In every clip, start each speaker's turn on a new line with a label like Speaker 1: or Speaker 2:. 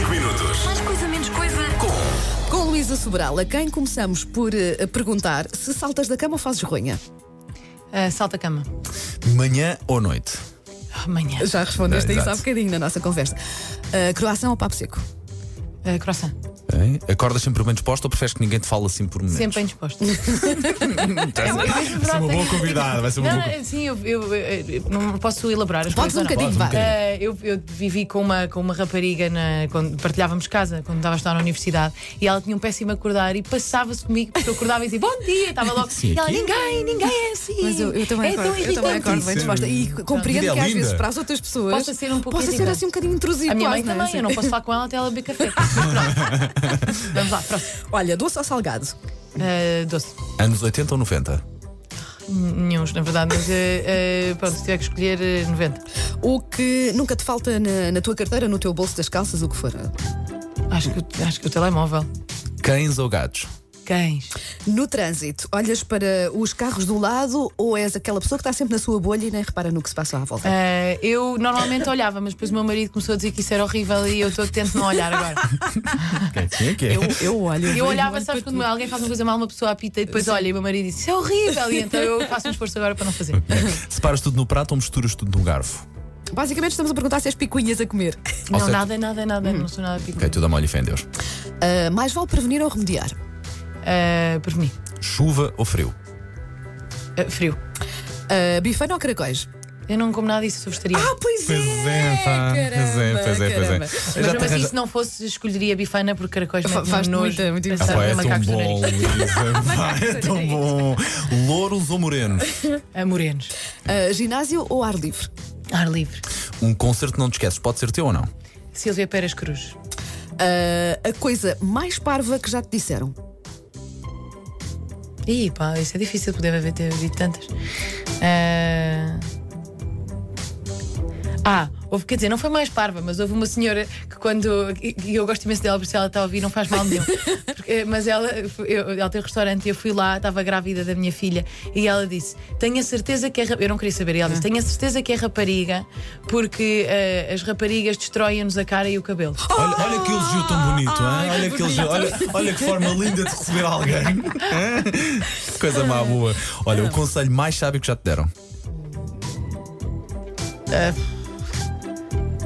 Speaker 1: Mais coisa, menos coisa.
Speaker 2: Com Luísa Sobral, a quem começamos por eh, a perguntar se saltas da cama ou fazes ronha.
Speaker 3: Ah, salta a cama.
Speaker 4: Manhã ou noite?
Speaker 3: Amanhã.
Speaker 2: Já respondeste a isso
Speaker 4: Exato.
Speaker 2: há bocadinho na nossa conversa. Ah, croação ou papo seco?
Speaker 3: Ah, croissant.
Speaker 4: Hein? Acordas sempre bem disposto ou preferes que ninguém te fale assim por momentos?
Speaker 3: Sempre bem disposto.
Speaker 4: Estás a-
Speaker 3: uma coisa
Speaker 4: Então, é, Vai ser uma
Speaker 3: verdade.
Speaker 4: boa convidada, vai ser uma
Speaker 3: Não,
Speaker 4: boa
Speaker 3: não, sim, eu, eu, eu não posso elaborar as
Speaker 2: Podes
Speaker 3: coisas.
Speaker 2: um
Speaker 3: ou não?
Speaker 2: bocadinho,
Speaker 4: Podes um
Speaker 2: vá.
Speaker 4: bocadinho.
Speaker 3: Ah, eu, eu vivi com uma, com uma rapariga na- quando partilhávamos casa, quando estava a estudar na universidade, e ela tinha um péssimo acordar e passava-se comigo, porque eu acordava e dizia bom dia, estava logo.
Speaker 4: Sim,
Speaker 3: e ela,
Speaker 4: aqui.
Speaker 3: ninguém, ninguém é assim.
Speaker 2: Mas eu, eu também
Speaker 3: é
Speaker 2: acordo,
Speaker 3: tão
Speaker 2: eu também acordo bem
Speaker 3: irritante."
Speaker 2: disposta. E compreendo
Speaker 4: Vida é
Speaker 2: que às
Speaker 4: linda.
Speaker 2: vezes para as outras pessoas
Speaker 3: Possa ser um pouco
Speaker 2: possa ser
Speaker 3: irritante.
Speaker 2: assim um bocadinho intrusivo.
Speaker 3: A minha mãe
Speaker 2: quase, é?
Speaker 3: também, eu não posso falar com ela até ela beber café. Mas pronto. Vamos lá, próximo.
Speaker 2: Olha, doce ou salgado?
Speaker 3: Ah, doce.
Speaker 4: Anos 80 ou 90?
Speaker 3: Nenhum, na verdade, mas eh, eh, pronto, se tiver que escolher eh, 90.
Speaker 2: O que nunca te falta na, na tua carteira, no teu bolso das calças, o que for?
Speaker 3: Acho que, o- acho que o telemóvel.
Speaker 4: Cães ou gatos?
Speaker 3: Cães.
Speaker 2: No trânsito, olhas para os carros do lado ou és aquela pessoa que está sempre na sua bolha e nem repara no que se passa à volta?
Speaker 3: Eh, eu normalmente olhava, mas depois o meu marido começou a dizer que isso era horrível e eu estou tento não olhar agora.
Speaker 4: Sim, é que é.
Speaker 2: Eu, eu olho.
Speaker 3: Eu olhava,
Speaker 2: vejo,
Speaker 3: sabes,
Speaker 2: para
Speaker 3: quando alguém faz uma coisa mal, uma pessoa apita e depois olha e o meu marido diz isso é horrível. E então eu faço um esforço agora para não fazer.
Speaker 4: Separas tudo no prato ou misturas tudo num garfo?
Speaker 2: tudo. Basicamente, estamos a perguntar se és picuinhas a comer.
Speaker 3: Não,
Speaker 4: certo.
Speaker 3: nada, nada, nada. Não sou nada pico.
Speaker 4: Hum. Ok, é tudo a molho e fé em Deus.
Speaker 2: Ah, mais vale prevenir ou remediar?
Speaker 3: Eh, Preveni.
Speaker 4: Chuva ou frio?
Speaker 3: Eh, frio.
Speaker 2: Ah, bifana ou caracóis?
Speaker 3: Eu não como nada disso, sou
Speaker 4: Ah,
Speaker 3: vegetariana.
Speaker 2: pois
Speaker 4: pá. Pois é, pois é, pois é.
Speaker 3: Mas,
Speaker 4: Já
Speaker 3: mas
Speaker 4: te arranja-
Speaker 3: se não fosse, escolheria bifana porque caracóis
Speaker 2: Fa-
Speaker 3: mete-me
Speaker 2: faz-te
Speaker 3: nojo.
Speaker 2: muita- muita
Speaker 3: Sabe,
Speaker 4: Ah, pá, é tão
Speaker 3: macacos no
Speaker 4: bom,
Speaker 3: nariz.
Speaker 4: Luísa. pá, É tão bom. Louros ou morenos?
Speaker 3: Ah, Morenos.
Speaker 2: Ah, ginásio ou ar livre?
Speaker 3: Ar livre.
Speaker 4: Um concerto não te esqueces, pode ser teu ou não?
Speaker 3: Silvia Pérez Cruz.
Speaker 2: Ah, a coisa mais parva que já te disseram?
Speaker 3: Ih, pá, isso é difícil, porque deve haver ter dito tantas. Ah, Ah, houve, quer dizer, não foi mais parva, mas houve uma senhora que quando. E e eu gosto imenso dela, por isso ela está a ouvir, não faz mal nenhum. Porque, eh, mas ela, eu, ela tem um restaurante e eu fui lá, estava grávida da minha filha, e ela disse: Tenho a certeza que é. ra-" Eu não queria saber, e ela disse: Tenho a certeza que é rapariga, porque eh, as raparigas destroem-nos a cara e o cabelo.
Speaker 4: Olha, olha que elogio tão bonito,
Speaker 2: Ai,
Speaker 4: hein?
Speaker 2: que
Speaker 4: olha, que elogio, olha, olha que forma linda de receber alguém. Hein? Coisa má boa. Olha, o conselho mais sábio que já te deram.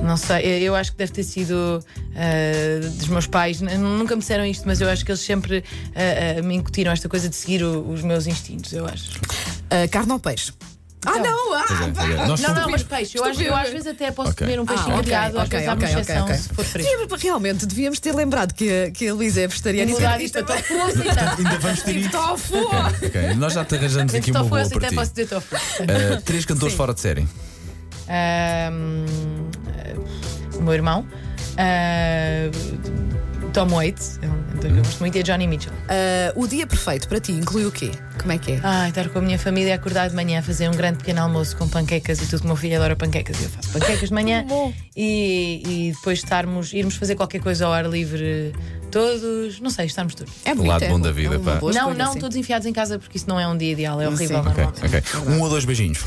Speaker 3: Não sei, eu- eu acho que deve ter sido ah, dos meus pais. N- Nunca me disseram isto, mas eu acho que eles sempre ah, ah, me incutiram esta coisa de seguir o- os meus instintos, eu acho.
Speaker 2: Ah, carne ou peixe? Ah,
Speaker 3: Então,
Speaker 2: não! Ah,
Speaker 4: Pois é, pois é. Nós
Speaker 3: Não,
Speaker 4: somos-
Speaker 3: não, mas peixe. Eu, acho, eu às vezes até posso
Speaker 4: Ok.
Speaker 3: comer um peixe
Speaker 2: Ah, ok,
Speaker 3: grelhado, às
Speaker 2: ok,
Speaker 3: vezes há uma
Speaker 2: ok, ok,
Speaker 3: exceção
Speaker 2: ok.
Speaker 3: se for fresco.
Speaker 2: Devíamos- realmente, devíamos ter lembrado que, a- que a Luísa é vegetariana.
Speaker 3: Mudar isto para tofu, aceitamos.
Speaker 4: ainda vamos ter
Speaker 2: Tipo
Speaker 4: isto.
Speaker 2: tofu!
Speaker 4: Ok, nós já te arranjamos aqui
Speaker 3: Menos
Speaker 4: uma
Speaker 3: tofu, eu
Speaker 4: boa
Speaker 3: sei,
Speaker 4: para
Speaker 3: até
Speaker 4: ti.
Speaker 3: posso dizer tofu.
Speaker 4: Ah, três cantores fora de série.
Speaker 3: Ah, hum, ah, o meu irmão. ah, Tom Waits, é um cantor que eu gosto muito, e a Johnny Mitchell.
Speaker 2: Ah, o dia perfeito para ti inclui o quê? Como é que é?
Speaker 3: Ai, estar com a minha família, acordar de manhã, fazer um grande pequeno almoço com panquecas e tudo. O meu filho adora panquecas e eu faço panquecas de manhã. e, e depois estarmos, irmos fazer qualquer coisa ao ar livre todos. Não sei, estarmos todos.
Speaker 2: É bonito,
Speaker 4: lado
Speaker 2: é
Speaker 4: bom
Speaker 2: bo-
Speaker 4: da vida,
Speaker 2: é uma
Speaker 4: pá.
Speaker 2: boa
Speaker 3: não,
Speaker 2: escolha,
Speaker 3: não
Speaker 2: sim.
Speaker 3: todos enfiados em casa, porque isso não é um dia ideal, é horrível
Speaker 4: Ok,
Speaker 3: normalmente.
Speaker 4: ok. Um ou dois beijinhos.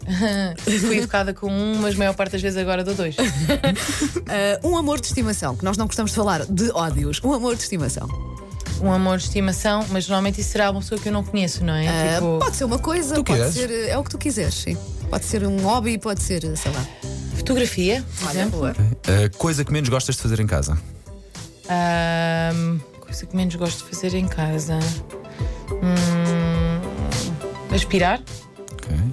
Speaker 3: Fui educada com um, mas a maior parte das vezes agora dou dois.
Speaker 2: Ah, um amor de estimação, que nós não gostamos de falar de ódios. Um amor de estimação.
Speaker 3: Um amor de estimação, mas normalmente isso será uma pessoa que eu não conheço, não é?
Speaker 2: Ah,
Speaker 3: Tipo,
Speaker 2: pode ser uma coisa, pode
Speaker 4: quiseres.
Speaker 2: ser. eh, É o que tu quiseres, sim. Pode ser um hobby, pode ser, eh, sei lá.
Speaker 3: fotografia, por exemplo.
Speaker 4: Ah, coisa que menos gostas de fazer em casa.
Speaker 3: Ahm, coisa que menos gosto de fazer em casa. Hum, aspirar.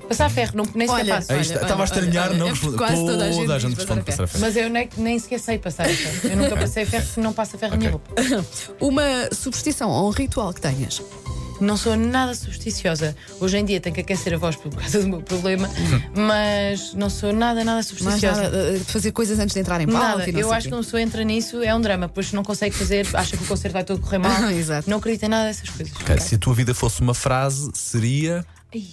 Speaker 3: Passar ferro, não, nem sequer
Speaker 2: Olha,
Speaker 3: passo.
Speaker 4: Aí
Speaker 2: olha,
Speaker 4: está,
Speaker 2: olha,
Speaker 4: É Estava a estranhar,
Speaker 2: olha,
Speaker 4: não
Speaker 2: é
Speaker 4: responde.
Speaker 2: quase toda a gente
Speaker 4: Toda a
Speaker 2: diz
Speaker 4: gente responde
Speaker 2: passar
Speaker 4: passar a
Speaker 3: Mas eu nem, nem sequer sei passar ferro. Eu nunca passei ferro porque não passa ferro na minha roupa.
Speaker 2: Uma superstição ou um ritual que tenhas.
Speaker 3: Não sou nada supersticiosa. Hoje em dia tenho que aquecer a voz por causa do meu problema, mas não sou nada, nada
Speaker 2: Mais
Speaker 3: supersticiosa.
Speaker 2: nada, eh, de fazer coisas antes de entrar em palco.
Speaker 3: Nada,
Speaker 2: e não
Speaker 3: eu
Speaker 2: sei
Speaker 3: acho que
Speaker 2: quê.
Speaker 3: uma pessoa entra nisso, é um drama, pois não consegue fazer, acha que o concerto vai todo correr mal.
Speaker 2: Ah, exato.
Speaker 3: Não acredito em nada dessas coisas.
Speaker 4: Ok, Se a tua vida fosse uma frase, seria.
Speaker 3: Ai.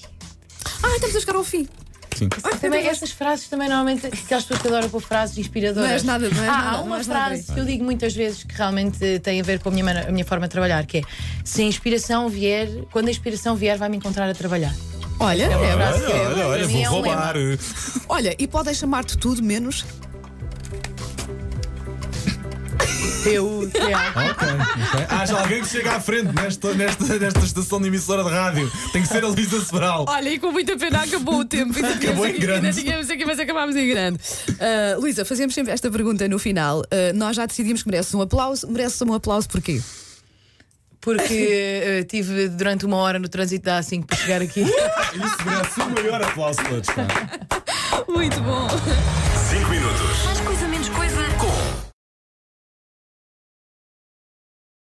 Speaker 2: Ah, estamos a chegar ao fim. Ah, então
Speaker 4: Sim.
Speaker 3: Também essas frases também normalmente aquelas pessoas que adoram pôr frases inspiradoras.
Speaker 2: Não és nada, não és
Speaker 3: há,
Speaker 2: nada,
Speaker 3: há
Speaker 2: não
Speaker 3: uma
Speaker 2: és nada
Speaker 3: frase que eu digo muitas vezes que realmente eh, tem a ver com a minha, mana- a minha forma de trabalhar, que é se a inspiração vier, quando a inspiração vier, vai me encontrar a trabalhar. um
Speaker 2: Olha, é verdade.
Speaker 3: Olha, olha, olha, vou
Speaker 2: um
Speaker 3: roubar.
Speaker 2: Olha, e podem chamar-te tudo menos.
Speaker 3: T-U-T-A.
Speaker 4: Ok, ok. Haja alguém que chega à frente nesta, nesta, nesta estação de emissora de rádio. Tem que ser a Luísa Sobral.
Speaker 2: Olha, e com muita pena acabou o tempo. Ainda tínhamos
Speaker 4: Acabou em
Speaker 2: aqui-
Speaker 4: grande.
Speaker 2: Ainda tínhamos aqui, mas acabámos em grande. Ah, Luísa, fazemos sempre esta pergunta no final. Ah, nós já decidimos que mereces um aplauso. Mereces um aplauso porquê?
Speaker 3: Porque eh, tive durante uma hora no trânsito da A5 para chegar aqui.
Speaker 4: Isso merece o maior aplauso de todos. pá.
Speaker 2: Muito bom.
Speaker 1: 5 minutos.
Speaker 5: Mais coisa, menos coisa.